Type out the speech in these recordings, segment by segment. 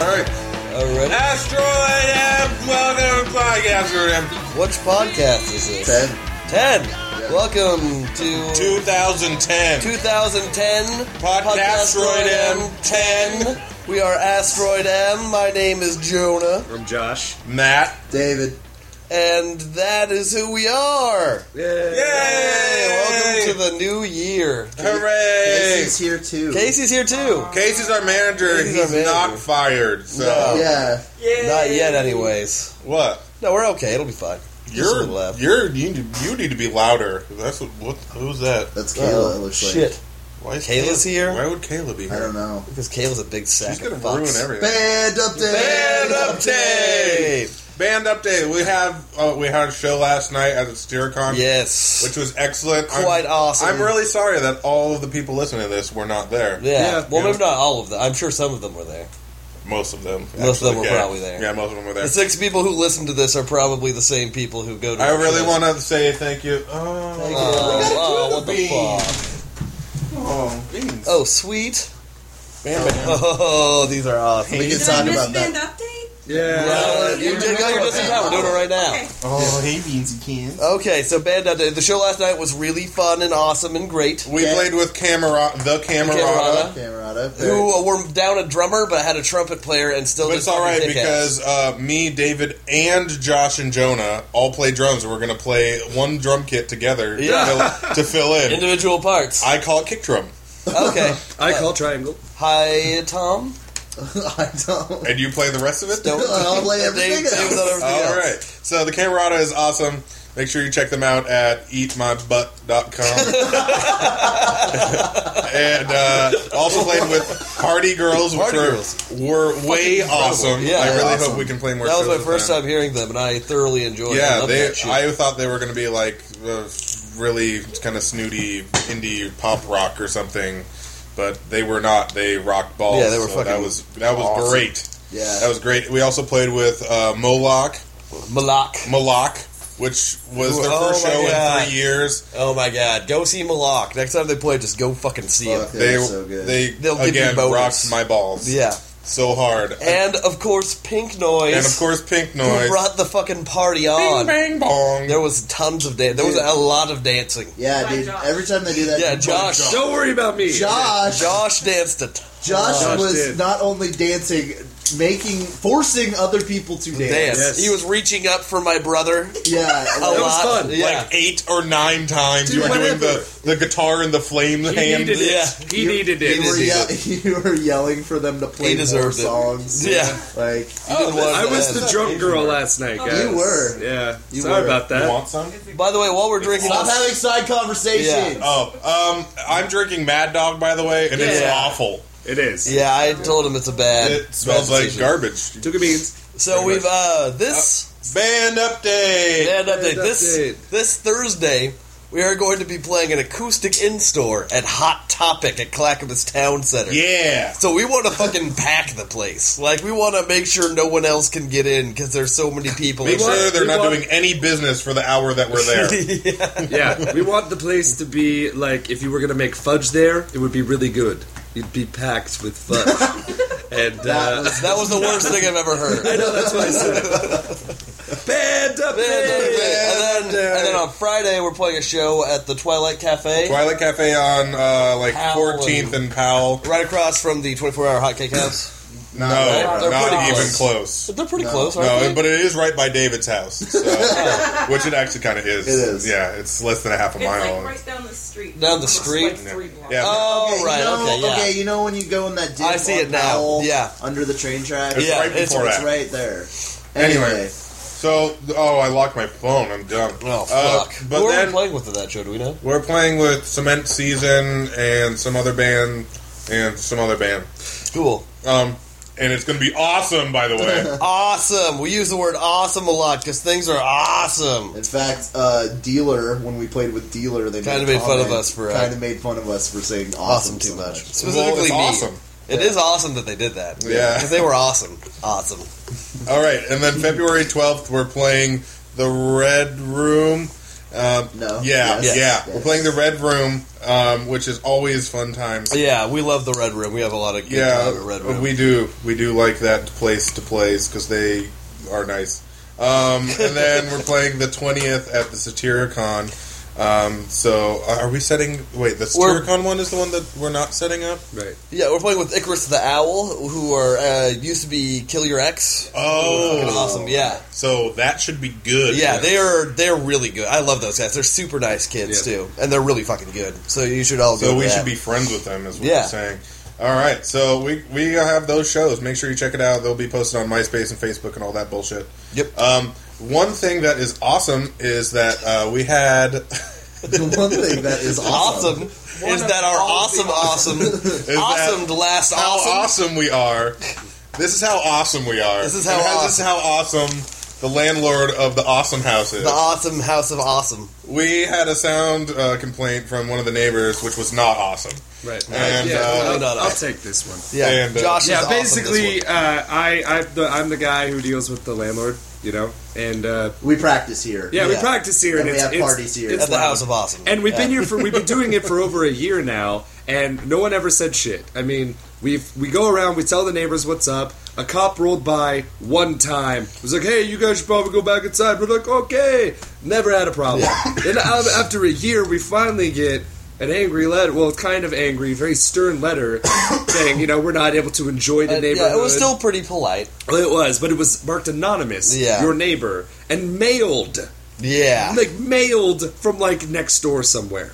All right. All right. Asteroid M, welcome to podcast, Asteroid M. Which podcast is this? Ten. Ten. Welcome to 2010. 2010 Podcasteroid M M10. We are Asteroid M. My name is Jonah, I'm Josh. Matt. David. and that is who we are. Hey, Uh, Yay! welcome to the new year. Hooray! Casey's here too. Casey's here too. Casey's our manager, and Casey's our he's not manager. fired. So No. Yeah. Not yet, anyways. what? No, we're okay. It'll be fine. Just a You're, little laugh. you're you need to, you need to be louder. That's what, what who's that? That's Kayla, Oh, it looks shit. like. Why is Kayla's Kayla- here? Why would Kayla be I here? don't know. Because Kayla's a big sack She's gonna of fucks. ruin everything. Band update! Band update. Band update. We have uh, we had a show last night at the Steericon, Yes. which was excellent. I'm- Quite awesome. I'm really sorry that all of the people listening to this were not there. Yeah. Yeah. well, Yeah. maybe not all of them. I'm sure some of them were there. Most of them. Most of them actually, were yeah. probably there. Yeah, most of them were there. The six people who listen to this are probably the same people who go to. I our really shows. want to say thank you. Oh, Oh, gotta oh, do what the the beans. fuck? oh, beans. Oh, sweet. Bam, bam. Oh, these are awesome. We can Did I talk miss about band that. update? Yeah. No, Uh, you did, no, you're just in time. We're doing it right now. Okay. Oh, hey, Beansy Can. Okay, so band update. The show last night was really fun and awesome and great. We Yeah. played with Camera, the Camerata, Camerata. Camerata. Very- Who uh, were down a drummer but had a trumpet player and still. but did it's all right fucking kick ass. because uh, me, David, and Josh and Jonah all play drums. and We're gonna play one drum kit together Yeah. to, fill, to fill in. individual parts. I call it kick drum, Okay. I call triangle. Hi, Tom. I don't. and you play the rest of it. Don't- I'll play everything Dave- Dave else. done everything All else. right. So the Camerata is awesome. Make sure you check them out at eatmybutt.com. and uh, also played with Party Girls, which Party were, Girls. were way awesome. Yeah, I really awesome. hope we can play more That was shows my with first them. time hearing them, and I thoroughly enjoyed. it. I Yeah, love they, that shit. I thought they were going to be like uh, really kind of snooty indie pop rock or something, but they were not. They rocked balls. Yeah, they were so That fucking was that was awesome. great. Yeah. That was great. We also played with uh, Moloch. Malak. Malak, which was their Oh first my show in God. three years. Oh my god, go see Malak. Next time they play, just go fucking see him. Fuck, They they were so good. they They'll give you again bonus. rocked my balls Yeah. so hard, And of course, Pink Noise. And of course Pink who Noise. brought the fucking party on. Bing, bong. There was tons of dance. There was a lot of dancing. yeah, By dude. Josh. Every time they do that, Yeah, Josh. Don't worry about me. Josh. Josh danced a ton. Josh Josh was did. not only dancing, making, forcing other people to dance. dance. Yes. He was reaching up for my brother Yeah, a that lot. was fun. Yeah. like eight or nine times. Dude, you were doing whatever. the, the guitar and the flame He hand. needed it. Yeah. He needed You it. were, did ye- you were yelling for them to play He more deserved it. songs. Yeah. like didn't want I to was ask. the drunk girl last night, You guys. were. Yeah. You Sorry were. about You that. want some? By the way, while we're drinking, stop let's- having side conversations. Oh, um, I'm drinking Mad Dog by the way, and it's Yeah. awful. It is. yeah, I told him it's a bad. It smells bad like decision. garbage. Took a beans. So we've uh this. Band update. And update. And update. This this Thursday, we are going to be playing an acoustic in store at Hot Topic at Clackamas Town Center. Yeah. So we want to fucking pack the place. Like we want to make sure no one else can get in because there's so many people. Make want- sure they're we not want- doing any business for the hour that we're there. Yeah. We want the place to be like if you were gonna make fudge there, it would be really good. You'd be packed with fudge. and uh, that was the worst thing I've ever heard. no, that's what I said. Band update. And then, and then on Friday we're playing a show at the Twilight Cafe, Twilight Cafe on uh, like Powell and- 14th and Powell. right across from the 24-hour Hotcake House. No, right. They're not pretty even close. close. But they're pretty close, aren't No, they? but it is right by David's house, so, which it actually kind of is. It is. Yeah, it's less than a half a It's mile. like right down the street. Down the It's street? Like three blocks. yeah, oh you right, know- okay, yeah. you know when you go in that dip I see on it now, Powell yeah. under the train track. it's yeah, right it's- before it's that. right there. Anyway. Anyway, So, oh, I locked my phone. I'm dumb. Oh Uh, fuck! but Who are we then playing with at that show? Do we know? we're playing with Cement Season and some other band and some other band. Cool. Um, and it's going to be awesome, by the way. Awesome. We use the word awesome a lot because things are awesome. in fact, uh, Dealer when we played with Dealer, they Kinda made fun of us for, uh, kind of made fun of us for saying Awesome awesome, too so much. much. Specifically, Well, it's me. awesome. It is awesome that they did that. Yeah. because they were awesome. Awesome. All right, and then February 12th, we're playing the Red Room. Um, No. Yeah, Yes. yeah. Oh, Yes. We're playing the Red Room um, which is always fun times. Yeah, we love the Red Room. We have a lot of good time at Red Yeah, Room. we do. We do like that place to place because they are nice. Um, and then we're playing the twentieth at the Satyricon. Um, so uh, are we setting? Wait, the We're- Satyricon one is the one that we're not setting up. Right. yeah, we're playing with Icarus the Owl, who are uh, used to be Kill Your Ex. Fucking awesome, yeah. Oh, So that should be good. Yeah, they are they're really good. I love those guys. They're super nice kids Yeah. too, and they're really fucking good. So you should all go. So to we that. should be friends with them, is what Yeah. you're saying. All right, so we we have those shows. Make sure you check it out. They'll be posted on MySpace and Facebook and all that bullshit. Yep. Um, one thing that is awesome is that uh, we had the one thing that is awesome. awesome. Is that our awesome, awesome, that awesome last how awesome? awesome we are. This is how awesome we are. This is how And awesome- This is how awesome the landlord of the awesome house is. The awesome house of awesome. we had a sound uh, complaint from one of the neighbors, which was not awesome. Right. And, yeah, uh, I'll, No, no, no. I'll take this one. Yeah, And, uh, Josh is yeah, awesome this basically, one. uh, I I'm the, I'm the guy who deals with the landlord, you know, and uh, We practice here. yeah, we Yeah. practice here, And and, we it's, have it's- parties here. it's at the loud. house of awesome, and we've Yeah. been here for we've been doing it for over a year now, and no one ever said shit. I mean, we we go around, we tell the neighbors what's up. A cop rolled by one time, was like, "Hey, you guys should probably go back inside." We're like, "Okay," never had a problem. then um, after a year, we finally get. An angry letter, well, kind of angry, very stern letter saying, you know, we're not able to enjoy the Uh, neighborhood. yeah, it was still pretty polite. Well, it was, but it was marked anonymous. Yeah. Your neighbor. And mailed. Yeah, Like, mailed from, like, next door somewhere.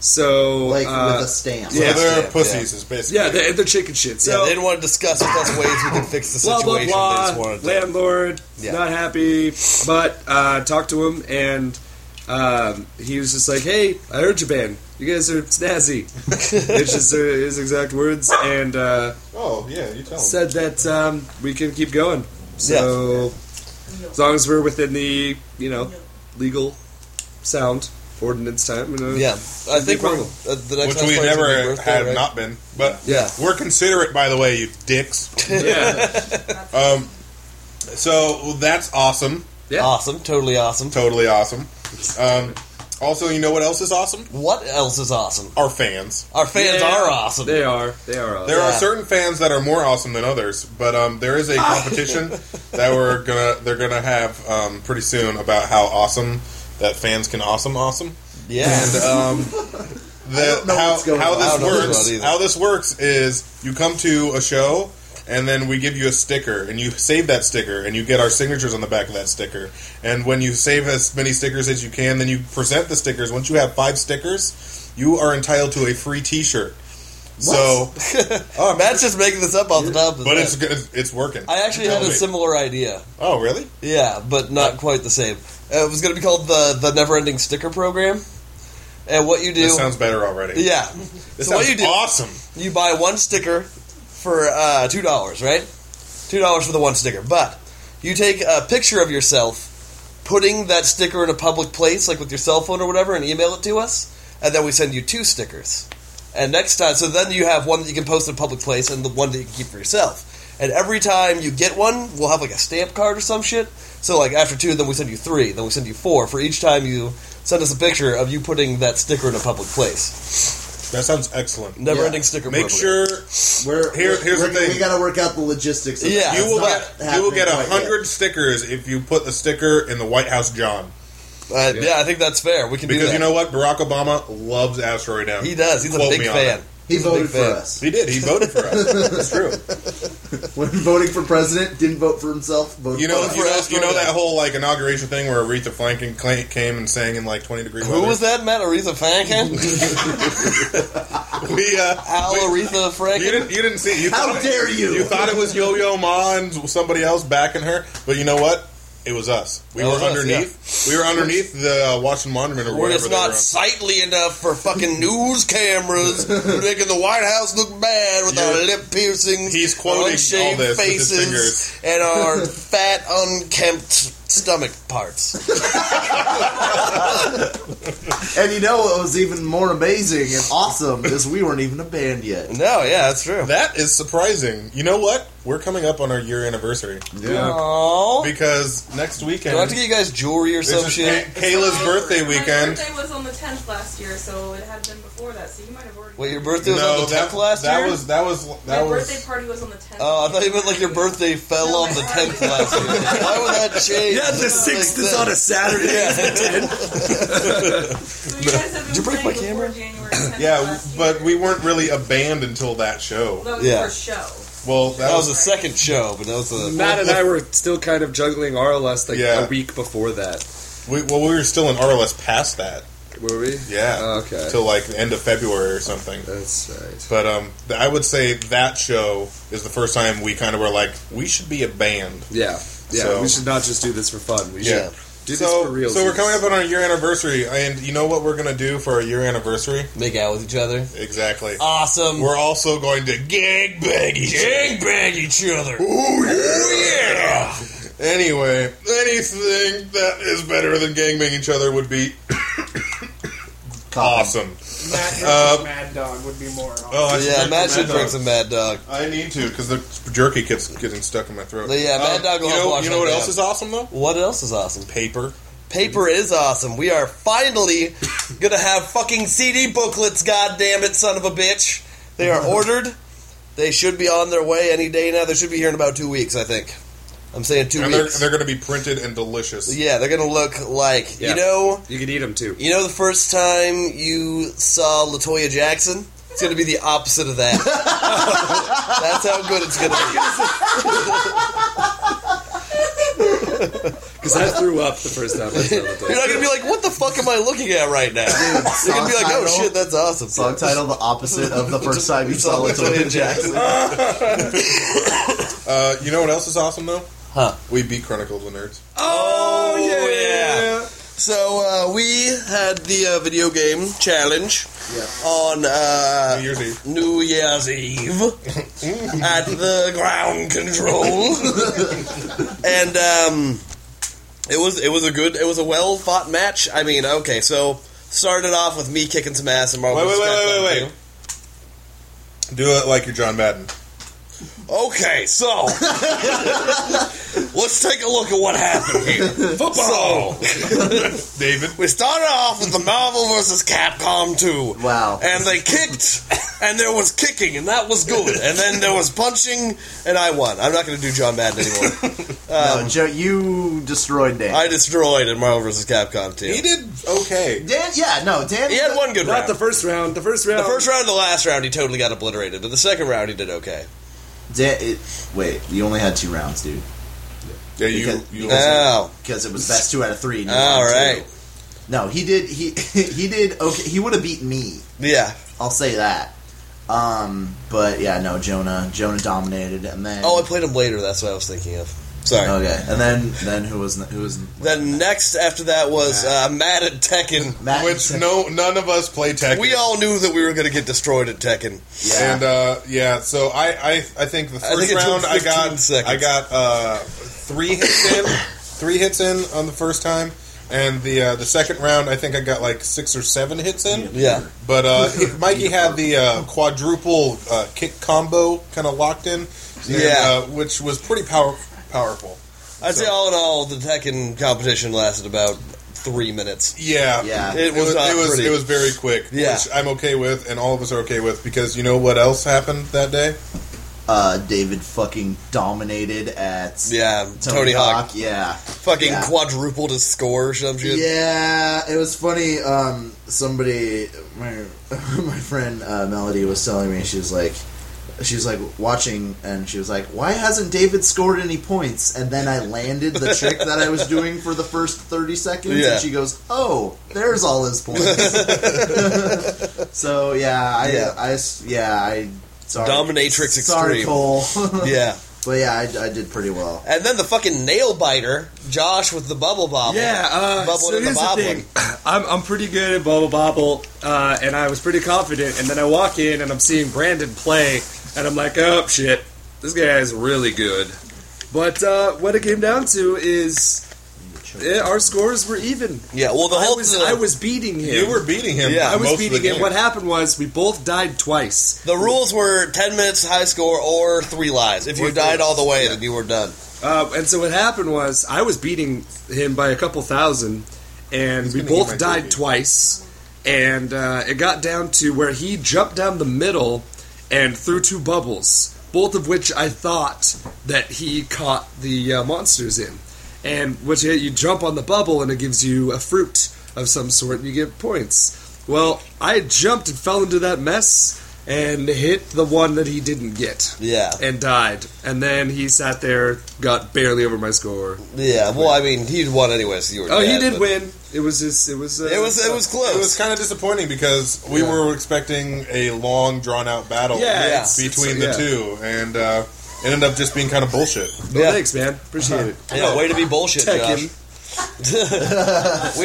So. Like uh, with a stamp. So Yeah. they're Yeah, pussies, is basically. Yeah, they're, they're chicken shit. yeah, So. they didn't want to discuss with us ways we could fix the blah, situation. blah, they blah. just wanted to. Landlord. Yeah. Not happy. But, uh, talked to him, and. Um, he was just like, "Hey, I heard you, band. You guys are snazzy." Which is uh, his exact words, and uh, Oh yeah, you tell them. said that um, we can keep going. So as long as we're within the you know legal sound ordinance time, you know, yeah, I be think a we're problem. uh, the next Which time we Slayer's gonna be never birthday, have right? not been, but Yeah. we're considerate, by the way, you dicks. yeah, Um, so that's awesome, Yeah. Awesome, totally awesome. totally awesome. Um, also, you know what else is awesome? What else is awesome? Our fans. Our fans Yeah. are awesome. they are, they are. Awesome. There are Yeah. certain fans that are more awesome than others, but um, there is a competition that we're gonna they're gonna have um, pretty soon about how awesome that fans can awesome awesome. yeah, And um, the, don't know how, what's going how on. I this don't know what's going works on either. how this works is you come to a show and then we give you a sticker and you save that sticker and you get our signatures on the back of that sticker and when you save as many stickers as you can then you present the stickers once you have five stickers you are entitled to a free t-shirt so Oh, Matt's just making this up off the top. Of but his it's head. good it's working I actually had a Totally. similar idea. oh really Yeah, but not quite the same. Uh, It was going to be called the the Never Ending Sticker Program. And what you do, this sounds better already yeah, this so what sounds you do- awesome you buy one sticker for uh, two dollars, right? Two dollars for the one sticker, but you take a picture of yourself putting that sticker in a public place, like with your cell phone or whatever, and email it to us, and then we send you two stickers. And next time, so then you have one that you can post in a public place and the one that you can keep for yourself. And every time you get one, we'll have like a stamp card or some shit. So like after two, then we send you three, then we send you four for each time you send us a picture of you putting that sticker in a public place. that sounds excellent Never Yeah. ending sticker. make program. sure We're, Here- we're- here's the we're- thing. We got to work out the logistics. Of Yeah, that. you It's will not get you happening will get a quite yet. hundred stickers if you put the sticker in the White House John. Uh, yeah. I think that's fair. We can do Because that. you know what, Barack Obama loves asteroid M. he does. He's a Quote big me on fan. it. He He's a voted big for fan. us. He did. He voted for us. That's true. When voting for president, didn't vote for himself. Voted You know, for us. you know, asteroid you know that M. whole like inauguration thing where Aretha Franklin cla- came and sang in like twenty degree Who weather? was that? Matt Aretha Franklin? We, uh, Al Aretha you Franklin? didn't. You didn't see. You How thought, dare you? You thought it was Yo Yo Ma and somebody else backing her, but you know what? It was us. We That were was us, underneath. We were underneath the uh, Washington Monument or We're whatever. just they were not on. sightly enough for fucking news cameras. We're making the White House look bad with our You're- lip piercings, He's quoting all unshaved this with his faces, fingers. and our fat, unkempt stomach parts. And you know what was even more amazing and awesome is we weren't even a band yet. No, yeah, that's true. That is surprising. You know what? We're coming up on our year anniversary Yeah. Aww. because next weekend Do I have to get you guys jewelry or This some is shit? Kay- Kayla's My birthday My weekend. birthday was on the 10th last year, so it had been before that. So you might have already. Wait, your birthday was on the 10th last that year? was that was My that birthday was. party was on the 10th. Oh, I thought you meant like your birthday fell No, on the my 10th last year. Why would that change? Yeah, the sixth is on a Saturday. So you guys have been Did you break playing my before camera? January 10th Yeah, last but year. we weren't really a band until that show. That was Yeah. our show. Well, that, That was was, the second show, but that was the. Matt and I were still kind of juggling RLS like Yeah. a week before that. we, well, we were still in RLS past that. Were we? Yeah, Oh, okay. till like the end of February or something. That's right. But um, th- I would say that show is the first time we kind of were like, we should be a band. Yeah. Yeah. So- we should not just do this for fun. We Yeah. should do so, this for real. so we're coming up on our year anniversary, and you know what we're gonna do for our year anniversary? Make out with each other. Exactly. Awesome. We're also going to gangbang each gangbang each other. Ooh, yeah! Anyway, anything that is better than gangbang each other would be awesome. Matt versus Uh, Mad Dog would be more. on. Oh, I should Yeah, drink Matt the should Mad drink Dog. some Mad Dog. I need to because the jerky keeps getting stuck in my throat. Yeah, Mad Dog will You help know, wash you know what that else down. is awesome though? What else is awesome? Paper. Paper is awesome. We are finally gonna have fucking CD booklets. God damn it, son of a bitch! They are ordered. They should be on their way any day now. They should be here in about two weeks, I think. I'm saying two and they're, weeks. they're going to be printed and delicious. yeah, they're gonna look like Yeah. you know. You can eat them too. You know, the first time you saw Latoya Jackson, it's going to be the opposite of that. That's how good it's going to Because I threw up the first time I saw be. You're the not going to be like, what the fuck am I looking at right now? You're going to be like, oh shit, that's awesome. Song title the opposite of the first time you You saw saw Latoya Latoya. Jackson. Uh, you know what else is awesome though? Huh. We beat Chronicle of the Nerds. Oh, yeah. So, uh, we had the uh, video game challenge on uh, New Year's Eve. New Year's Eve at the ground control, and um, it was it was a good it was a well fought match. I mean, okay, so started off with me kicking some ass and Marvel. Wait, wait, wait, Scott- wait, wait, Do it like you're John Madden. Okay, so let's take a look at what happened here. Football. David. we started off with the Marvel versus Capcom two. Wow. and they kicked, and there was kicking, and that was good. And then there was punching, and I won. I'm not going to do John Madden anymore. No, Joe, you destroyed Dan. Um, I destroyed in Marvel vs. Capcom 2. He did okay. Dan, yeah, no, Dan. He had one good Not round. the The, first round. The first round. first round and the last round, he totally got obliterated, but the second round, he did okay. Dan, it, wait, you only had two rounds, dude, Yeah, you. Because- you Oh, because it was best two out of three. and you all won two. right. No, he did. He he did. Okay, he would have beat me. Yeah. I'll say that. Um, but yeah, no, Jonah. Jonah dominated, and then Oh, I played him later. That's what I was thinking of. Sorry. okay, and then then who was who was Then next after that was uh, Matt at Tekken. Matt? which no, none of us play Tekken. uh, We all knew that we were going to get destroyed at Tekken. Yeah. And uh, yeah, so I, I, I think the I first think it took round I 15 got seconds. I got uh, three hits in, three hits in on the first time, and the uh, the second round I think I got like six or seven hits in. Yeah. But uh, he- Mikey had the uh, quadruple uh, kick combo kind of locked in, and, Yeah. uh, which was pretty power- powerful. I'd say So- all in all, the Tekken competition lasted about three minutes. Yeah, Yeah. It was not it was, pretty. it was very quick, Yeah. which I'm okay with, and all of us are okay with because you know what else happened that day? uh, David fucking dominated at Yeah, Tony, Hawk. Yeah, fucking Yeah. quadrupled his score or some shit. Yeah, it was funny. Um, somebody, my my friend uh, Melody was telling me she was like, she was like watching, and she was like, "Why hasn't David scored any points?" And then I landed the trick that I was doing for the first thirty seconds, Yeah. and she goes, "Oh, there's all his points." so yeah, I, Yeah. I s- yeah, I sorry, Dominatrix sorry, Extreme. Cole. Yeah. but yeah, I, I did pretty well. And then the fucking nail biter, Josh with the bubble bobble. Yeah, uh, Bubble so in the here's the bobble. thing. I'm, I'm pretty good at Bubble Bobble, uh, and I was pretty confident. And then I walk in and I'm seeing Brandon play, and I'm like, oh shit, this guy is really good. But uh, what it came down to is eh, our scores were even. Yeah, well, the I whole was, the, I was beating him. You were beating him. Yeah, I was most of beating the him. What game. happened was we both died twice. the rules were ten minutes high score or three lies. If Or you three died all the way, lies, then you were done. Uh, and so what happened was I was beating him by a couple thousand, and we gonna eat both my died cookie. twice. And uh, it got down to where he jumped down the middle and threw two bubbles, both of which I thought that he caught the uh, monsters in. And which uh, you jump on the bubble and it gives you a fruit of some sort and you get points. Well, I jumped and fell into that mess and hit the one that he didn't get Yeah, and died. And then he sat there, got barely over my score. yeah. Well, I mean, he won anyway, so you were. Oh, he dead, did but- win. It was just, it was, uh, It was it was close. It was kind of disappointing because we Yeah. were expecting a long, drawn out battle Yeah, it's- between it's- the two, and uh, it ended up just being kind of bullshit. Well, yeah. thanks, man. Appreciate it. yeah, way to be bullshit, Tech Josh. him. we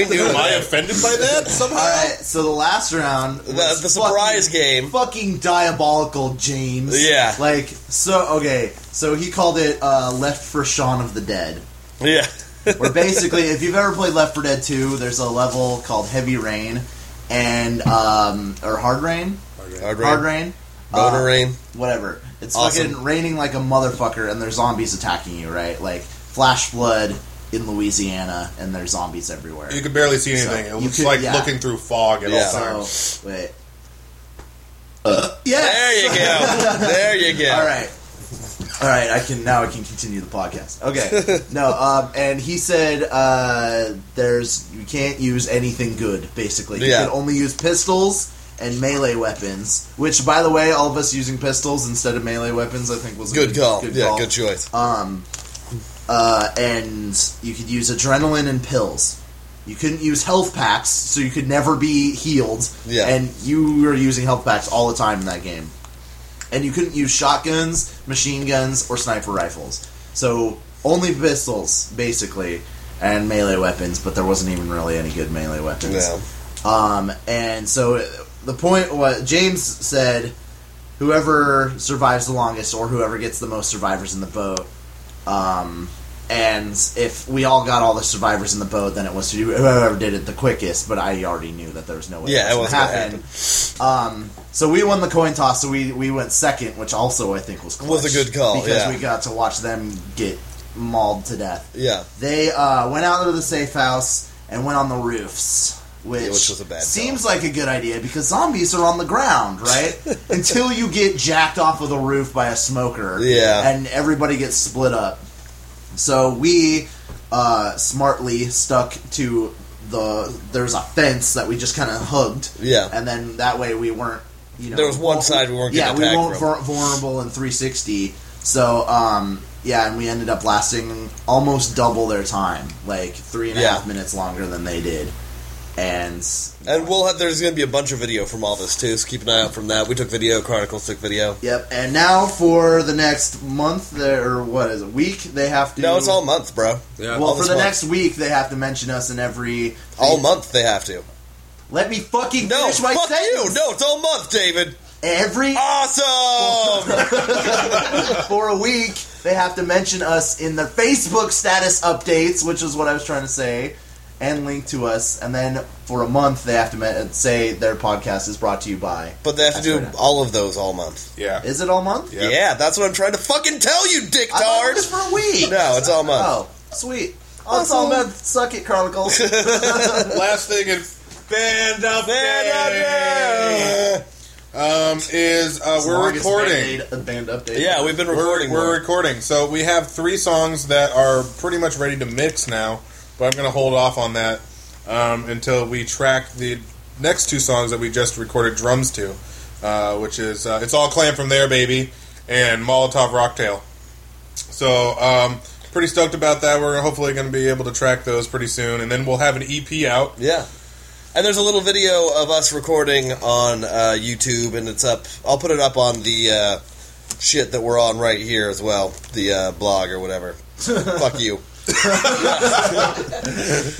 knew Am I it. offended by that All somehow? right, so the last round, The, the surprise game. fucking diabolical, James. Yeah. like so. Okay, so he called it uh, "Left for Shaun of the Dead." Yeah. where basically, if you've ever played Left 4 Dead 2, there's a level called Heavy Rain and um, or Hard Rain, Hard Hard rain. Rain, Uh, Boner rain. whatever. It's Awesome. fucking raining like a motherfucker, and there's zombies attacking you, right? Like flash flood in Louisiana, and there's zombies everywhere. You could barely see anything. So, it you looks could- like yeah. looking through fog at Yeah. all times. So wait, uh, yes. There you go. There you go. All right. All right, I can now I can continue the podcast. Okay. No, um, and he said uh, there's you can't use anything good basically. You Yeah. can only use pistols and melee weapons, which by the way, all of us using pistols instead of melee weapons I think was a Good call. yeah, call. good choice. Um uh, and you could use adrenaline and pills. You couldn't use health packs, so you could never be healed. Yeah. And you were using health packs all the time in that game. And you couldn't use shotguns, machine guns, or sniper rifles. So only pistols, basically, and melee weapons, but there wasn't even really any good melee weapons. No. Um, and so the point what James said, whoever survives the longest or whoever gets the most survivors in the boat. Um, and if we all got all the survivors in the boat, then it was whoever did it the quickest. But I already knew that there was no way Yeah, that it was gonna happen. wasn't Um, so we won the coin toss, so we we went second, which also I think was clutch Was a good call, because yeah. we got to watch them get mauled to death. Yeah. They uh, went out of the safe house and went on the roofs, which, Yeah, which was a bad seems like a good idea because zombies are on the ground, right? Until you get jacked off of the roof by a smoker, Yeah. and everybody gets split up. So we uh, smartly stuck to the there's a fence that we just kind of hugged, Yeah. and then that way we weren't. You know, There was one side we weren't Yeah, getting we attacked from. weren't vul- vulnerable in 360. So, um, yeah, and we ended up lasting almost double their time, like three and a half Yeah. minutes longer than they did. And And we'll have, there's going to be a bunch of video from all this too, so keep an eye out from that. We took video, Chronicles took video. yep. And now for the next month, there- or what is it? Week they have to. No, it's all month, bro. Yeah. Well, all for this the month. next week, they have to mention us in every. All month they have to. Let me fucking No, finish my fuck you. sentence. No, it's all month, David. Every Awesome. for a week, they have to mention us in their Facebook status updates, which is what I was trying to say, and link to us. And then for a month, they have to me- say their podcast is brought to you by. but they have to That's do right. all of those all month. Yeah. Is it all month? Yeah. Yeah, that's what I'm trying to fucking tell you, I thought it was dictards. for a week. No, it's all month. Oh, sweet. Oh, it's all month. Suck it, Chronicles. Last thing in Band Up Day Yeah, um, is uh, we're Longest recording. Band-Aid- uh, band update. Yeah, we've been recording. We're, more. we're recording. So we have three songs that are pretty much ready to mix now, but I'm going to hold off on that um, until we track the next two songs that we just recorded drums to, uh, which is uh, "It's All Clam from There, Baby" and Molotov Rocktail. So um, pretty stoked about that. We're hopefully going to be able to track those pretty soon, and then we'll have an EP out. Yeah. And there's a little video of us recording on uh, YouTube, and it's up. I'll put it up on the uh, shit that we're on right here as well, the uh, blog or whatever. Fuck you.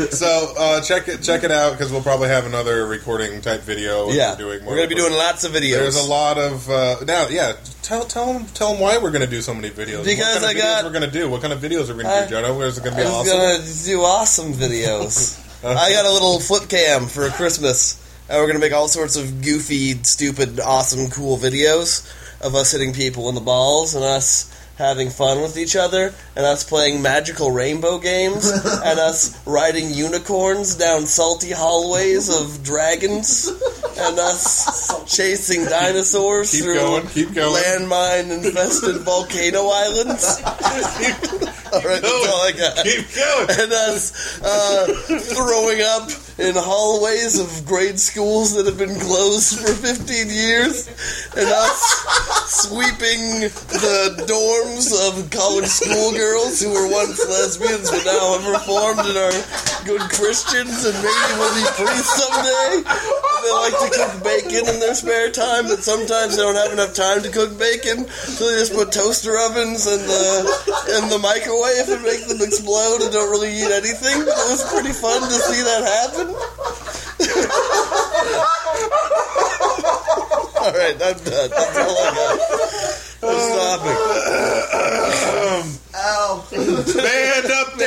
So uh, check it check it out because we'll probably have another recording type video. yeah, we're doing more we're gonna be doing lots of videos. There's a lot of uh, now. Yeah, tell tell them tell them why we're gonna do so many videos. Because what kind I of videos got- we're gonna do. What kind of videos are we gonna do, Jonah? Where's it gonna be I'm awesome? gonna do awesome videos. I got a little flip cam for Christmas, and we're gonna make all sorts of goofy, stupid, awesome, cool videos of us hitting people in the balls and us having fun with each other and us playing magical rainbow games and us riding unicorns down salty hallways of dragons and us chasing dinosaurs Keep through going, keep going. landmine infested volcano islands. All right, that's all I got Keep going. and us uh, throwing up in hallways of grade schools that have been closed for 15 years, and us sweeping the dorms of college schoolgirls who were once lesbians but now have reformed and are good Christians and maybe will be priests someday. And they like to cook bacon in their spare time, but sometimes they don't have enough time to cook bacon, so they just put toaster ovens in the in the microwave and make them explode and don't really eat anything. But it was pretty fun to see that happen. All right, I'm done. That's all I got. I'm stopping. Ow! Band update.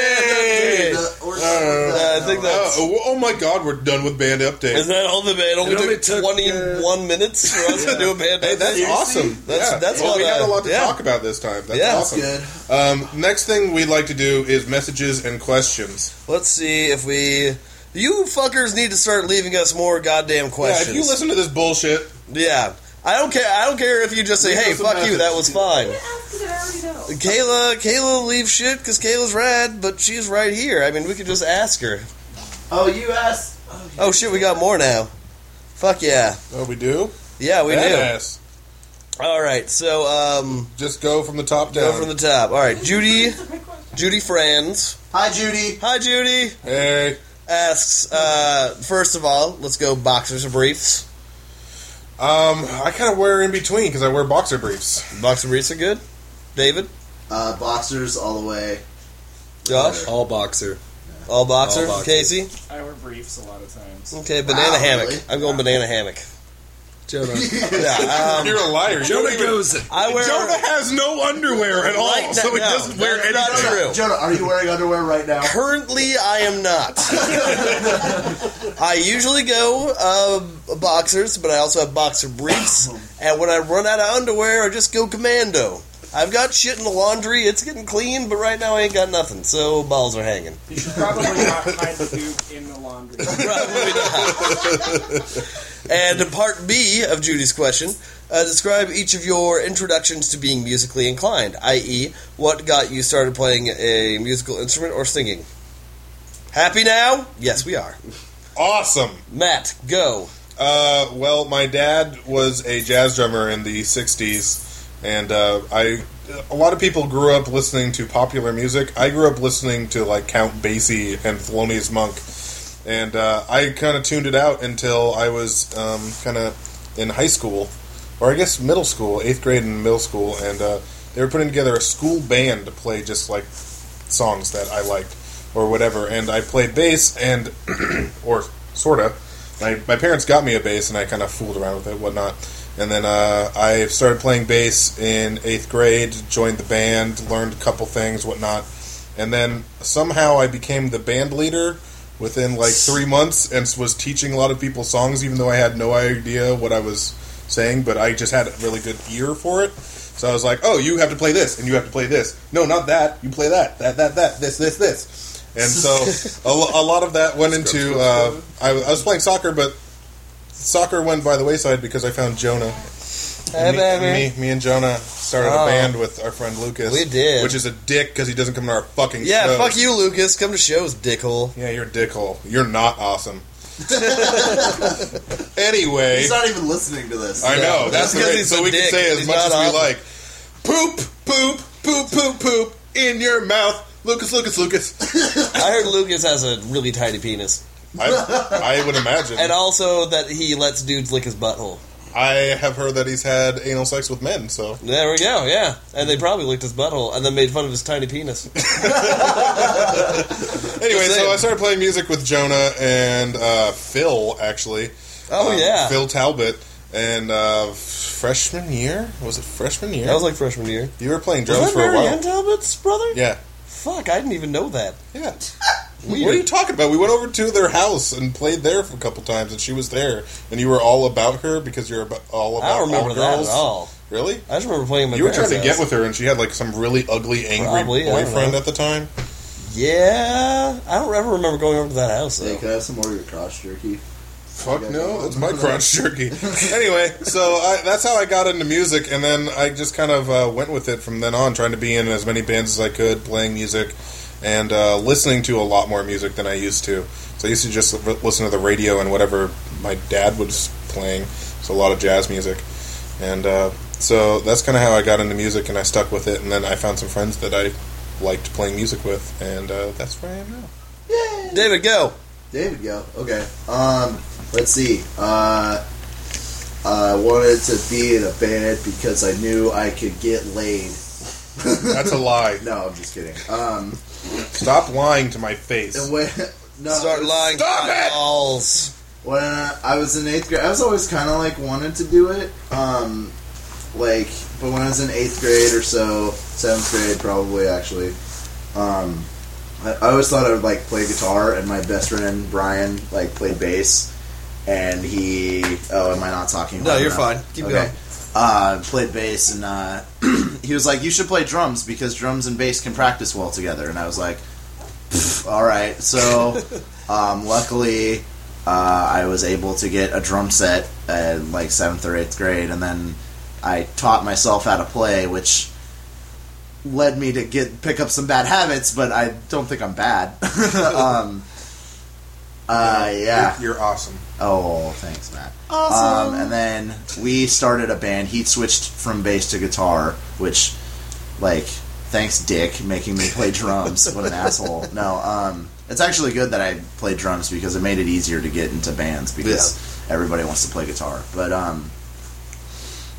The- or- Uh, I think that's. Oh, oh my God, we're done with band Is update. that all the band? It only, It only took took, 21 minutes for us to do a band. uh, Hey, that's update. awesome. That's- yeah. that's well, what we had I- a lot to yeah. talk about this time. That's Yeah. awesome. Good. Um, next thing we'd like to do is messages and questions. Let's see if we. You fuckers need to start leaving us more goddamn Yeah, questions. if you listen to this bullshit, Yeah. I don't care. I don't care if you just say, Leave "Hey, us a fuck you, message." that was fine." I asked you that I already Kayla, know. Kayla leaves shit because Kayla's rad, but she's right here. I mean, we could just ask her. Oh, you asked. Oh shit, we got more now. Fuck yeah, oh, we do. yeah, we Badass. do. All right, so um, Just go from the top down. go from the top. All right, Judy, That's a great question. Judy Franz. Hi, Judy. Hi, Judy. hey, Asks uh, first of all, let's go boxers or briefs. um, I kind of wear in between because I wear boxer briefs. Boxer briefs are good. David, Uh, boxers all the way. Josh, All boxer. all boxer. All boxers. Casey, I wear briefs a lot of times. okay, banana Wow, hammock. really? I'm going banana hammock. Jonah. Yeah, um, You're a liar. You don't Jonah even- goes. I wear. Jonah has no underwear at all, Right so now- he no, doesn't wear that's anything. not true. Jonah, are you wearing underwear right now? Currently, I am not. I usually go uh, boxers, but I also have boxer briefs. And when I run out of underwear, I just go commando. I've got shit in the laundry. It's getting clean, but right now I ain't got nothing, so balls are hanging. You should probably not hide the dude in the laundry. Probably not. and part B of Judy's question uh, describe each of your introductions to being musically inclined, i.e., what got you started playing a musical instrument or singing. Happy now? Yes, we are. Awesome. Matt, go. Uh, well, my dad was a jazz drummer in the '60s, and uh, I. A lot of people grew up listening to popular music. I grew up listening to like Count Basie and Thelonious Monk, and uh, I kind of tuned it out until I was um, kind of in high school, or I guess middle school, eighth grade and middle school, and uh, they were putting together a school band to play just like songs that I liked or whatever. And I played bass and or sorta. My my parents got me a bass and I kind of fooled around with it, whatnot. And then uh, I started playing bass in eighth grade, joined the band, learned a couple things, whatnot, and then somehow I became the band leader within like three months and was teaching a lot of people songs, even though I had no idea what I was saying. But I just had a really good ear for it, so I was like, "Oh, you have to play this, and you have to play this. No, not that. You play that, that, that, that, this, this, this." And so a, lo- a lot of that went into. Uh, I, I was playing soccer, but soccer went by the wayside because I found Jonah. Hey, me, baby. Me, me and Jonah started Oh. a band with our friend Lucas. We did. which is a dick because he doesn't come to our fucking. Yeah, shows. fuck you, Lucas. Come to shows, dickhole. Yeah, you're a dickhole. You're not awesome. anyway, He's not even listening to this. I know That's that's the 'cause thing. he's So a we can dick. say as He's much not as awesome. we like. Poop, poop, poop, poop, poop in your mouth, Lucas, Lucas, Lucas. I heard Lucas has a really tiny penis, I, I would imagine. and also that he lets dudes lick his butthole. I have heard that he's had anal sex with men, so There we go, yeah. And they probably licked his butthole and then made fun of his tiny penis. Anyway, Just saying. so I started playing music with Jonah and uh, Phil, actually. Oh, Um, yeah. Phil Talbot. And uh, freshman year? Was it freshman year? That was like freshman year. you were playing Was drums that for a while. Marianne Talbot's brother? Yeah. Fuck, I didn't even know that. Yeah. Weird. What are you talking about? We went over to their house and played there for a couple times, and she was there, and you were all about her because you're about, all about I don't remember all that girls. at all. Really? I just remember playing in my you were trying parents' to get house. with her, and she had like some really ugly, angry Probably, I don't boyfriend know. at the time. Yeah, I don't ever remember going over to that house though. Hey, can I have some more of your crotch jerky? Fuck Yeah. no, that's my crotch jerky. anyway, so I, that's how I got into music, and then I just kind of uh, went with it from then on, trying to be in as many bands as I could, playing music, and uh, listening to a lot more music than I used to. So I used to just li- listen to the radio and whatever my dad was playing, so a lot of jazz music, and uh, so that's kind of how I got into music, and I stuck with it, and then I found some friends that I liked playing music with, and uh, that's where I am now. Yay! David, go. David, go. Okay. Um, let's see. Uh, I wanted to be in a band because I knew I could get laid. That's a lie. No, I'm just kidding. Um, Stop lying to my face. and when no, Start lying. Stop to my it! balls. when I was in eighth grade, I was always kind of like wanted to do it. Um, like, but when I was in eighth grade or so, seventh grade probably actually, um, I, I always thought I would like play guitar, and my best friend Brian like played bass, and he. Oh, am I not talking? No, loud you're enough? fine. Keep going. Uh, played bass and uh, he was like, "You should play drums because drums and bass can practice well together." And I was like, "Pff, "All right." So, um, luckily, uh, I was able to get a drum set in like seventh or eighth grade, and then I taught myself how to play, which led me to get pick up some bad habits. But I don't think I'm bad. um, uh, yeah. You're, you're awesome. Oh, thanks, Matt. Awesome. Um, and then we started a band. He switched from bass to guitar, which, like, thanks, Dick, making me play drums. what an asshole. No, um, it's actually good that I played drums because it made it easier to get into bands because everybody wants to play guitar. But um,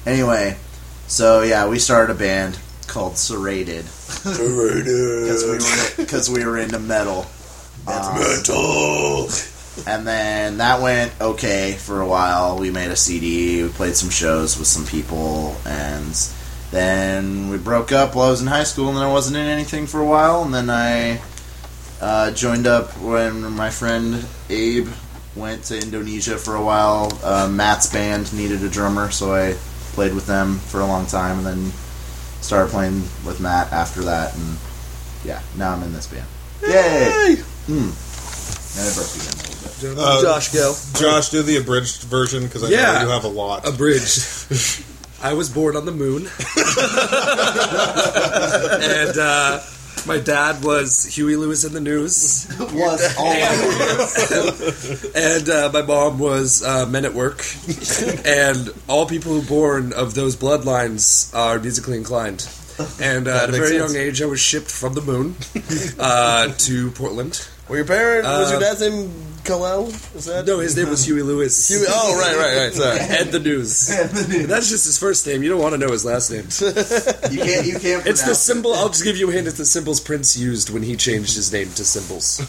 anyway, so yeah, we started a band called Serrated because we were because we were into metal. Um, and then that went okay for a while. We made a CD, we played some shows with some people, and then we broke up while I was in high school, and then I wasn't in anything for a while, and then I uh, joined up when my friend Abe went to Indonesia for a while. Uh, Matt's band needed a drummer, so I played with them for a long time, and then started playing with Matt after that, and yeah, now I'm in this band. Yay! Hey, And I broke again a little bit. Uh, Josh, go. Josh, do the abridged version because I Yeah. know you have a lot. Um, Abridged. I was born on the moon. and uh, my dad was Huey Lewis in the News. was all And uh, my mom was uh, Men at Work. and all people who born of those bloodlines are musically inclined. And uh, at a makes very sense. young age, I was shipped from the moon uh, to Portland. Were your parents? was your Uh, dad's name Kalel? Is that? No, his name was Huey Lewis. Huey- oh, right, right, right. Sorry. and the news. That's just his first name. You don't want to know his last name. you can't you can't It's the pronounce it. symbol. I'll just give you a hint. It's the symbols Prince used when he changed his name to symbols.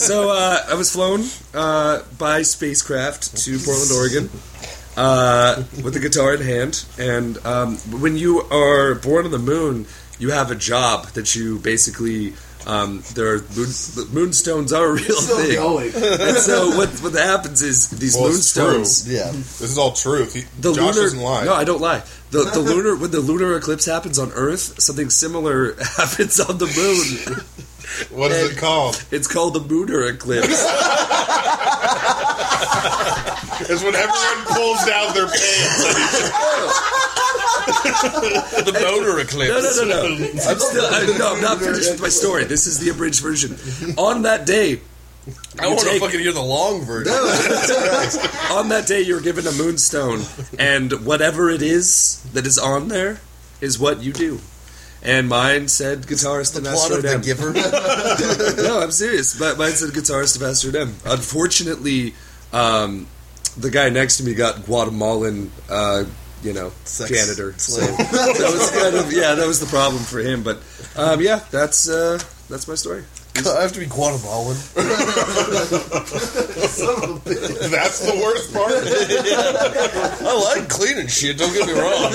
so uh, I was flown uh, by spacecraft to Portland, Oregon, uh, with a guitar in hand. And um, when you are born on the moon, you have a job that you basically. Um, there are moon, moonstones are a real Still thing. going. And so what what happens is these Well, it's true. moonstones Yeah. This is all truth. He, the Josh lunar doesn't lie. no i don't lie the, the lunar when the lunar eclipse happens on earth something similar happens on the moon what is it called? it's called the lunar eclipse It's when everyone pulls down their pants. The boner no eclipse. no no no i'm still I, no i'm not finished with my story this is the abridged version on that day I want to take- fucking hear the long version. on that day you're given a moonstone and whatever it is that is on there is what you do and mine said guitarist and Plot of astronaut the M. Giver. no, I'm serious. But mine's a guitarist of Astrid M. Unfortunately, um, the guy next to me got Guatemalan, uh, you know, Sex janitor. So slave. that was kind of yeah, that was the problem for him. But um, yeah, that's uh, that's my story. I have to be Guatemalan. That's the worst part. I like cleaning shit. Don't get me wrong.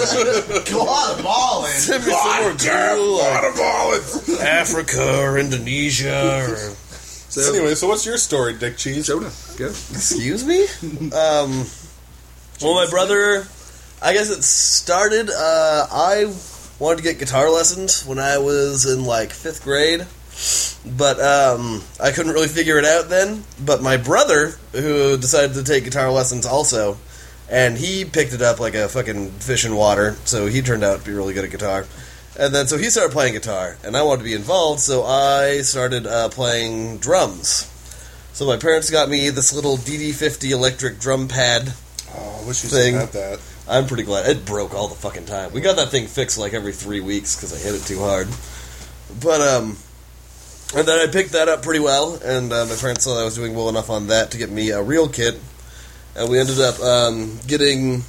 Guatemalan. Send me somewhere cool, like Guatemalans. Africa or Indonesia or So Anyway, so what's your story, Dick Cheese? Jonah, go. Excuse me? Um, well, my brother, I guess it started. Uh, I wanted to get guitar lessons when I was in like fifth grade, but um, I couldn't really figure it out then. But my brother, who decided to take guitar lessons also, and he picked it up like a fucking fish in water, so he turned out to be really good at guitar. And then so he started playing guitar, and I wanted to be involved, so I started uh, playing drums. So my parents got me this little DD50 electric drum pad. Oh, I wish you Thing. still had that. I'm pretty glad it broke all the fucking time. We got that thing fixed like every three weeks because I hit it too hard. But um, and then I picked that up pretty well, and uh, my parents saw that I was doing well enough on that to get me a real kit, and we ended up um, getting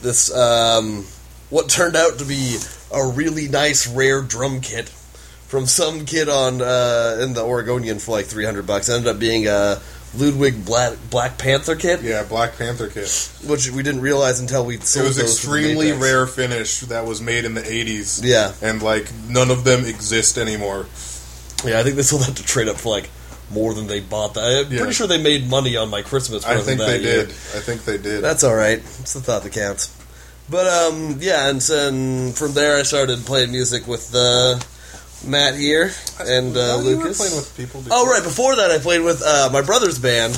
this um, what turned out to be a really nice rare drum kit from some kid on uh, in the Oregonian for like 300 bucks. It ended up being a Ludwig Black, Black Panther kit, Yeah, Black Panther kit. which we didn't realize until we It sold was those to the extremely Mapex. rare finish that was made in the 80s. Yeah. And, like, none of them exist anymore. Yeah, I think they sold that to trade up for like more than they bought that. I'm Yeah. pretty sure they made money on my Christmas I present. think that they year. did. I think they did. That's all right. It's the thought that counts. But um, yeah, and so and from there I started playing music with uh, Matt here and uh, Oh, You were Lucas. playing with people. oh right, before that I played with uh, my brother's band,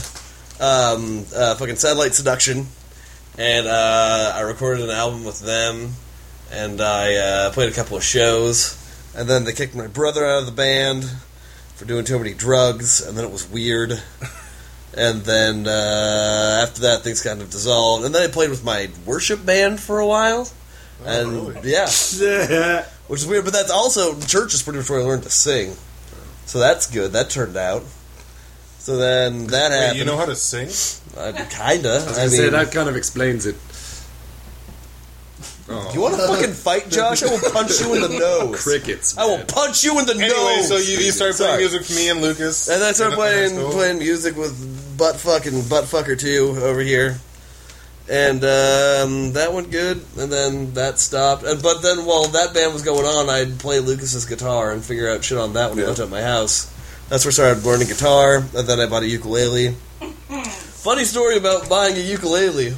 um, uh, fucking Satellite Seduction, and uh, I recorded an album with them, and I uh, played a couple of shows, and then they kicked my brother out of the band for doing too many drugs, and then it was weird. And then uh, after that, things kind of dissolved. And then I played with my worship band for a while. and yeah, which is weird, but that's also church is pretty much where I learned to sing, so that's good. That turned out. So then that Wait, happened. you know how to sing? I, kinda. I, I, mean, mean, that kind of explains it. you want to fucking fight, Josh? I will punch you in the nose. Oh, Crickets. I will man. punch you in the Anyway, nose. so you, you started playing Sorry. music with me and Lucas. And I started in- in high playing school. playing music with butt fucking butt fucker two over here, and um, that went good. And then that stopped. And but then while that band was going on, I'd play Lucas's guitar and figure out shit on that when he Yeah. left at my house. That's where I started learning guitar, and then I bought a ukulele. Funny story about buying a ukulele.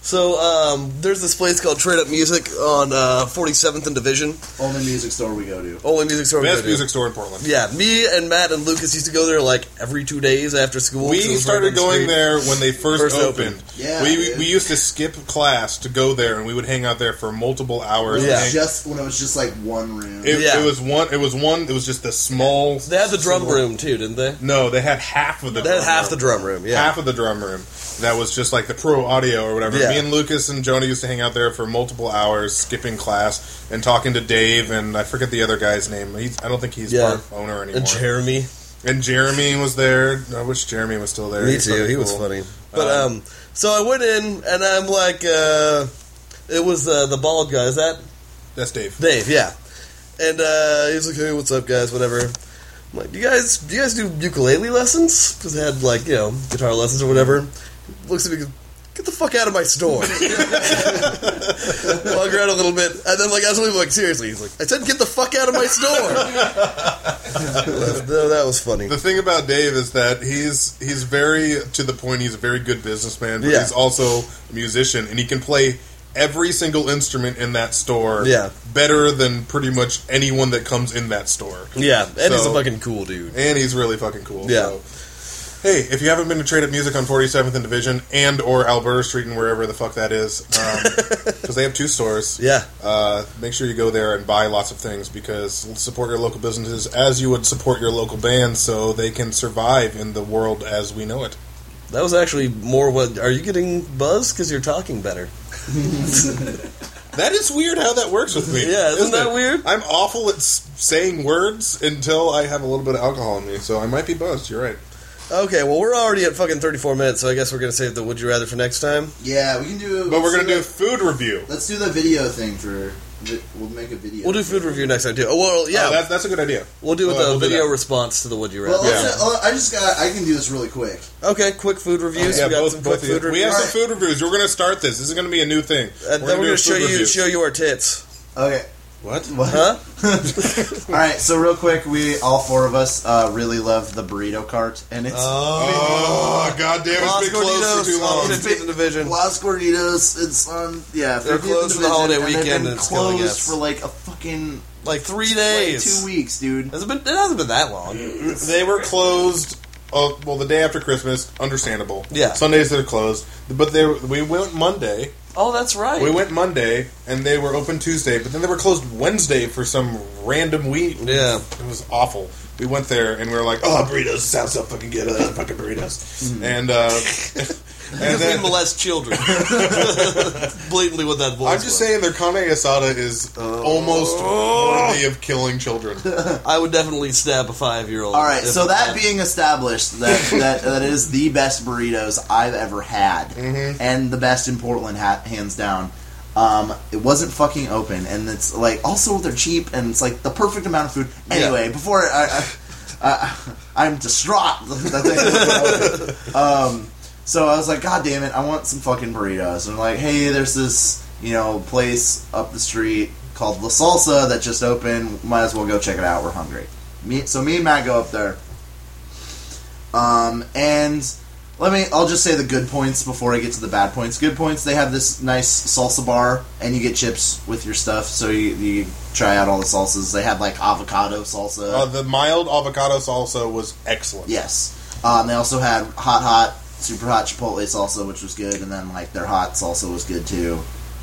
So um, there's this place called Trade Up Music on uh, 47th and Division. Only music store we go to. Only music store. we go Best to. music store in Portland. Yeah, me and Matt and Lucas used to go there like every two days after school. We 'cause it was right down started the going street. there when they first, First opened. opened. Yeah, we, we, dude. we used to skip class to go there, and we would hang out there for multiple hours. Yeah. Hang- Just when it was just like one room. It, Yeah. it was one. It was one. It was just the small. They had the drum room too, didn't they? No, they had half of the. They had drum half room. the drum room. Yeah, Half of the drum room that was just like the pro audio or whatever. Yeah. Me and Lucas and Jonah used to hang out there for multiple hours, skipping class and talking to Dave and I forget the other guy's name. He's, I don't think he's Yeah. part owner anymore. and Jeremy. And Jeremy was there. I wish Jeremy was still there. Me He's too. pretty He was cool. Uh, funny. But um, so I went in and I'm like, uh, it was uh, the bald guy. Is that That's Dave. Dave? Yeah, and uh, he was like, "Hey, what's up, guys? Whatever." I'm like, "Do you guys do you guys do ukulele lessons? Because they had like you know guitar lessons or whatever." Looks at me. goes, Get the fuck out of my store. Walk around a little bit, and then like I was really like, seriously, he's like, I said, get the fuck out of my store. that, that was funny. The thing about Dave is that he's he's very to the point. He's a very good businessman, but Yeah. he's also a musician, and he can play every single instrument in that store. Yeah. better than pretty much anyone that comes in that store. Yeah, and he's So- a fucking cool dude. And he's really fucking cool. Yeah. so. Hey, if you haven't been to Trade Up Music on 47th and Division and or Alberta Street and wherever the fuck that is, because they have two stores, Yeah, uh, make sure you go there and buy lots of things because support your local businesses as you would support your local bands so they can survive in the world as we know it. that was actually more what. Are you getting buzzed because you're talking better? That is weird how that works with me. Yeah, isn't that it? weird? I'm awful at s- saying words until I have a little bit of alcohol in me, so I might be buzzed. You're right. Okay, well, we're already at fucking 34 minutes, so I guess we're going to save the would you rather for next time. Yeah, we can do. But we're gonna do a let's food review. Let's do the video thing for. vi- We'll make a video. We'll do food review next time, too. Oh, well, yeah. Oh, that's, that's a good idea. we'll do uh, the we'll do video that. response to the would you rather. Well, let's Yeah. do- oh, I just got. I can do this really quick. Okay, quick food reviews. uh, Oh, yeah, we got both, some quick both of you. food We have reviews. some food reviews. We're gonna start this. This is gonna be a new thing. And then we're do going a to show food you review. show you our tits. Okay. What? What? Huh? all right. So real quick, we all four of us uh, really love the burrito cart, and it's Oh, goddamn! Los It's been close for Gorditos too on long. 15th division. Las Gorditas. It's on. Yeah, They're 50th closed for the Division, holiday and weekend, They've and been it's killing closed us. for like a fucking Like three like days. two weeks, dude. Has it, been, it hasn't been that long. They were closed. Uh, well, the day after Christmas, understandable. Yeah. Sundays they're closed, but they were- we went Monday. Oh, that's right. We went Monday, and they were open Tuesday, but then they were closed Wednesday for some random week. Yeah. It was awful. We went there and we were like, "Oh, burritos sounds so fucking good. I love fucking burritos." And uh, and Mm-hmm. Because then we molest children. Blatantly what that voice I'm just was. saying their carne asada is almost Oh. worthy of killing children. I would definitely stab a five year old. All right, so that being established, that that, that is the best burritos I've ever had, and the best in Portland, ha- hands down. Um, it wasn't fucking open, and it's like also they're cheap, and it's like the perfect amount of food. Anyway, before I, I, I, I'm distraught. that they haven't opened. um, so I was like, God damn it, I want some fucking burritos. And I'm like, hey, there's this you know place up the street called La Salsa that just opened. Might as well go check it out. We're hungry. Me, so me and Matt go up there. Um, and let me, I'll just say the good points before I get to the bad points. Good points, they have this nice salsa bar, and you get chips with your stuff, so you, you try out all the salsas. They have like avocado salsa. Uh, the mild avocado salsa was excellent. yes. Um, they also had hot, hot, super hot chipotle salsa, which was good, and then like their hot salsa was good too.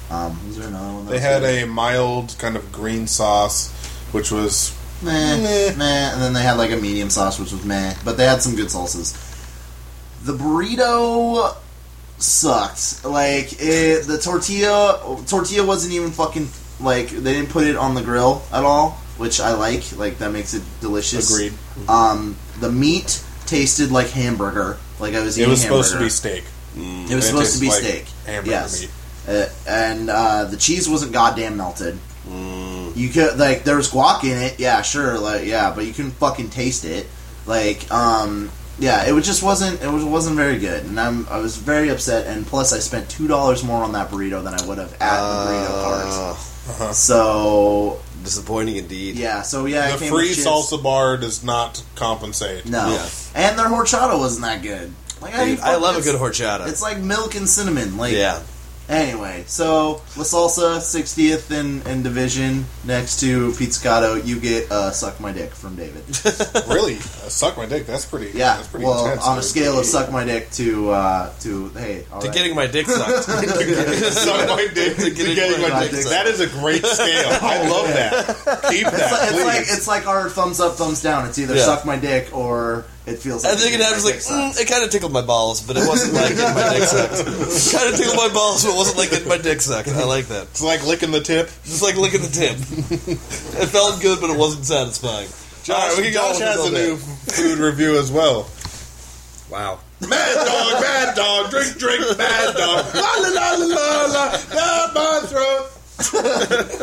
Um, was there another one? That They was had good? a mild kind of green sauce, which was meh, Meh. meh, and then they had like a medium sauce, which was meh. But they had some good salsas. The burrito sucked. Like it, the tortilla, tortilla wasn't even fucking like they didn't put it on the grill at all, which I like. Like that makes it delicious. agreed. Um, the meat tasted like hamburger. Like I was It eating. was supposed to hamburger. be steak. It was It supposed to be tastes like steak. Hamburger Yes. meat. Uh, and uh, the cheese wasn't goddamn melted. Mm, You could like there was guac in it, yeah, sure, like yeah, but you couldn't fucking taste it. Like, um, yeah, it was just wasn't it was wasn't very good, and I'm I was very upset. And plus, I spent two dollars more on that burrito than I would have at the burrito Uh, cart. So disappointing indeed. yeah, so yeah, it the came free with chips. salsa bar does not compensate. No, Yeah. and their horchata wasn't that good. Like I, Dude, I love a it's- good horchata. It's like milk and cinnamon. Like yeah. Anyway, so La Salsa, 60th in, in division, next to Pizzicato, you get uh, Suck My Dick from David. really, uh, suck my dick. That's pretty. Yeah, that's pretty well, intense, on a dude. scale of Suck My Dick to, uh, to hey, all To right. getting my dick sucked. suck my dick to getting getting my my dick dick. sucked. That is a great scale. I love that. Keep that, It's, like, it's, like, please. it's like our thumbs up, thumbs down. It's either Yeah. Suck My Dick or it feels like I think it My I was like, Dick sucks. mm, it kind of tickled my balls, but it wasn't like getting my dick sucked. kind of tickled my balls, but it wasn't like getting my dick sucked. I like that. It's like licking the tip. Just like look at the tip. it felt good, but it wasn't satisfying. Josh, All right, we can go Josh with this has all a day. new food review as well. Wow. Mad dog, mad dog, drink, drink, mad dog. La la la la la la, down my throat.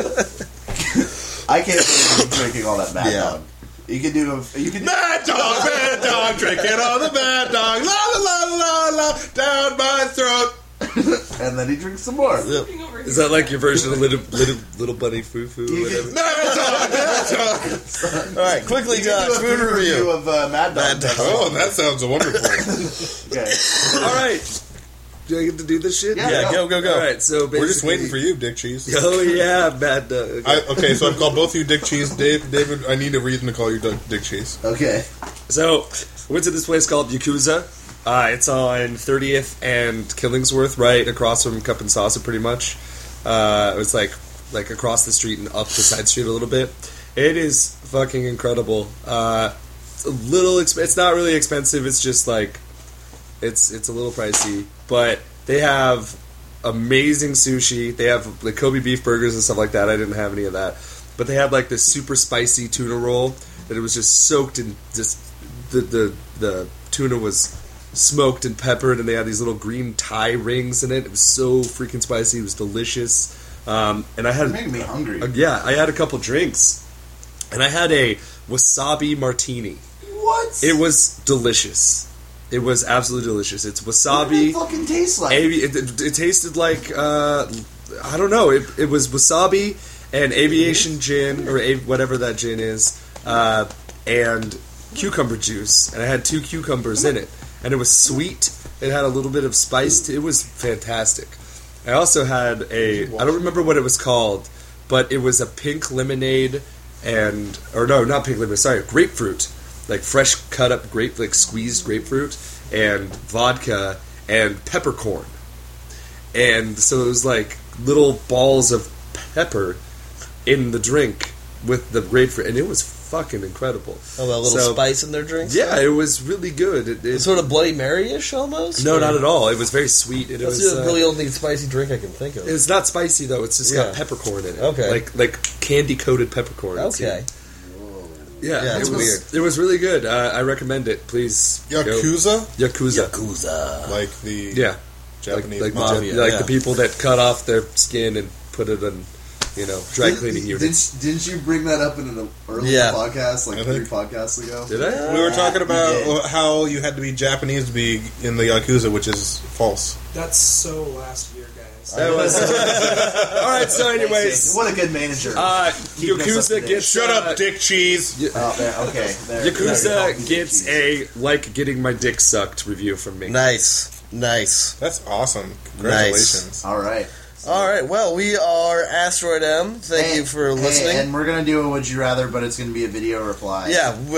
I can't believe you're drinking all that bad Yeah. dog. You could do a, you could Mad dog, mad dog, drinking all the mad dog. La la la la la, down my throat. and then he drinks some more. Being over Is here. that like your version of little little, little bunny foo foo? You whatever? could, Mad dog, mad dog. All right, quickly, you could Josh, do a food review. of uh, Mad Dog. Mad next Dog. Oh, that sounds wonderful. week. Okay. All right. Do I get to do this shit? Yeah. Yeah, go, go, All go. right. So basically, We're just waiting for you, Dick Cheese. Oh yeah, bad dog. Okay. I, okay, so I've called both of you Dick Cheese. Dave, David, I need a reason to call you Dick, Dick Cheese. Okay. So, I went to this place called Yakuza. Uh, it's on 30th and Killingsworth, right across from Cup and Salsa, pretty much. Uh, it was like like across the street and up the side street a little bit. It is fucking incredible. Uh, it's a little, exp- it's not really expensive. It's just like it's it's a little pricey, but they have amazing sushi. They have the Kobe beef burgers and stuff like that. I didn't have any of that, but they had like this super spicy tuna roll that it was just soaked in just the the the tuna was smoked and peppered, and they had these little green Thai rings in it. It was so freaking spicy. It was delicious. Um, and I had You're making me hungry. uh, yeah, I had a couple drinks, and I had a wasabi martini. What? It was delicious. It was absolutely delicious. It's What did it wasabi. fucking tastes like. Abi- it, it, it tasted like uh, I don't know. It, it was wasabi and aviation gin or a, whatever that gin is, uh, and cucumber juice. And I had two cucumbers in it, and it was sweet. It had a little bit of spice. To, it was fantastic. I also had a I don't remember what it was called, but it was a pink lemonade and or no, not pink lemonade. Sorry, grapefruit, like fresh cut up grape, like squeezed grapefruit and vodka and peppercorn. And so it was like little balls of pepper in the drink with the grapefruit, and it was fucking incredible. Oh, that little So- spice in their drinks. Yeah, it was really good. It, it, It's sort of Bloody Mary-ish almost. no, Or- not at all. It was very sweet. and It That's was the uh, really only spicy drink I can think of. It's not spicy though. It's just got Yeah. peppercorn in it. Okay. like like candy coated peppercorn. Okay, Yeah, Yeah, it it's was weird. it was really good. Uh, I recommend it. Please, go- Yakuza, Yakuza. Yakuza. like the Yeah, Japanese like, like, mafia. the, mafia, like yeah. the people that cut off their skin and put it in, you know, dry cleaning did, units. didn't, didn't you bring that up in an earlier Yeah. podcast, like I three think- podcasts ago? Did I? We were talking You did. about how you had to be Japanese to be in the Yakuza, which is false. That's so last year, guys. That was all right. So, anyways, what a good manager. uh, Keeping us up to Yakuza date. gets Shut uh, up, Dick Cheese. oh, there, okay. There, there you go. Yakuza gets a like getting my dick sucked review from me. Nice, nice. That's awesome. Congratulations. All right. All right, well, we are Asteroid M. Thank Hey, you for hey, listening. and we're gonna do a would you rather, but it's gonna be a video reply. yeah, we,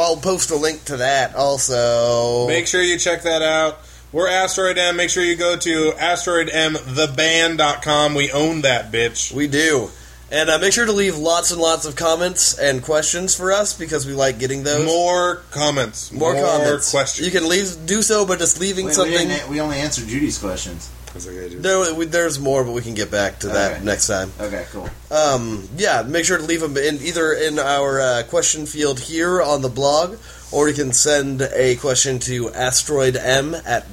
I'll post a link to that also. Make sure you check that out. We're Asteroid M. Make sure you go to asteroidmtheband.com. We own that bitch. We do. And uh, make sure to leave lots and lots of comments and questions for us because we like getting those. More comments. More comments. questions. You can leave do so by just leaving Wait, We, something. didn't- we only answered Judy's questions. I was like, I do. There, we, there's more, but we can get back to that Okay. next time. Okay, cool. Um, yeah, make sure to leave them in either in our uh, question field here on the blog, or you can send a question to asteroidm at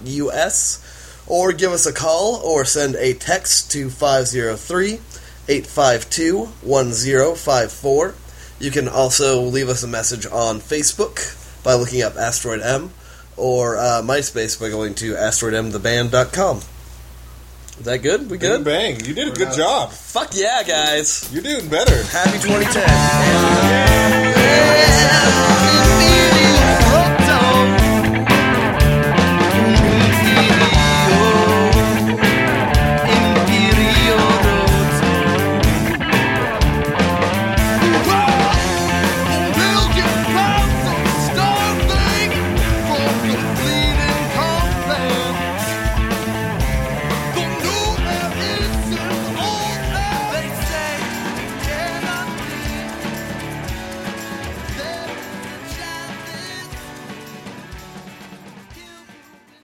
gmx.us, or give us a call or send a text to 503 852 1054. You can also leave us a message on Facebook by looking up Asteroid M, or uh, MySpace by going to asteroidmtheband.com. Is that good? We good? Bang, bang. You did a good job. Fuck yeah, guys. You're doing better. Happy 2010. Yeah.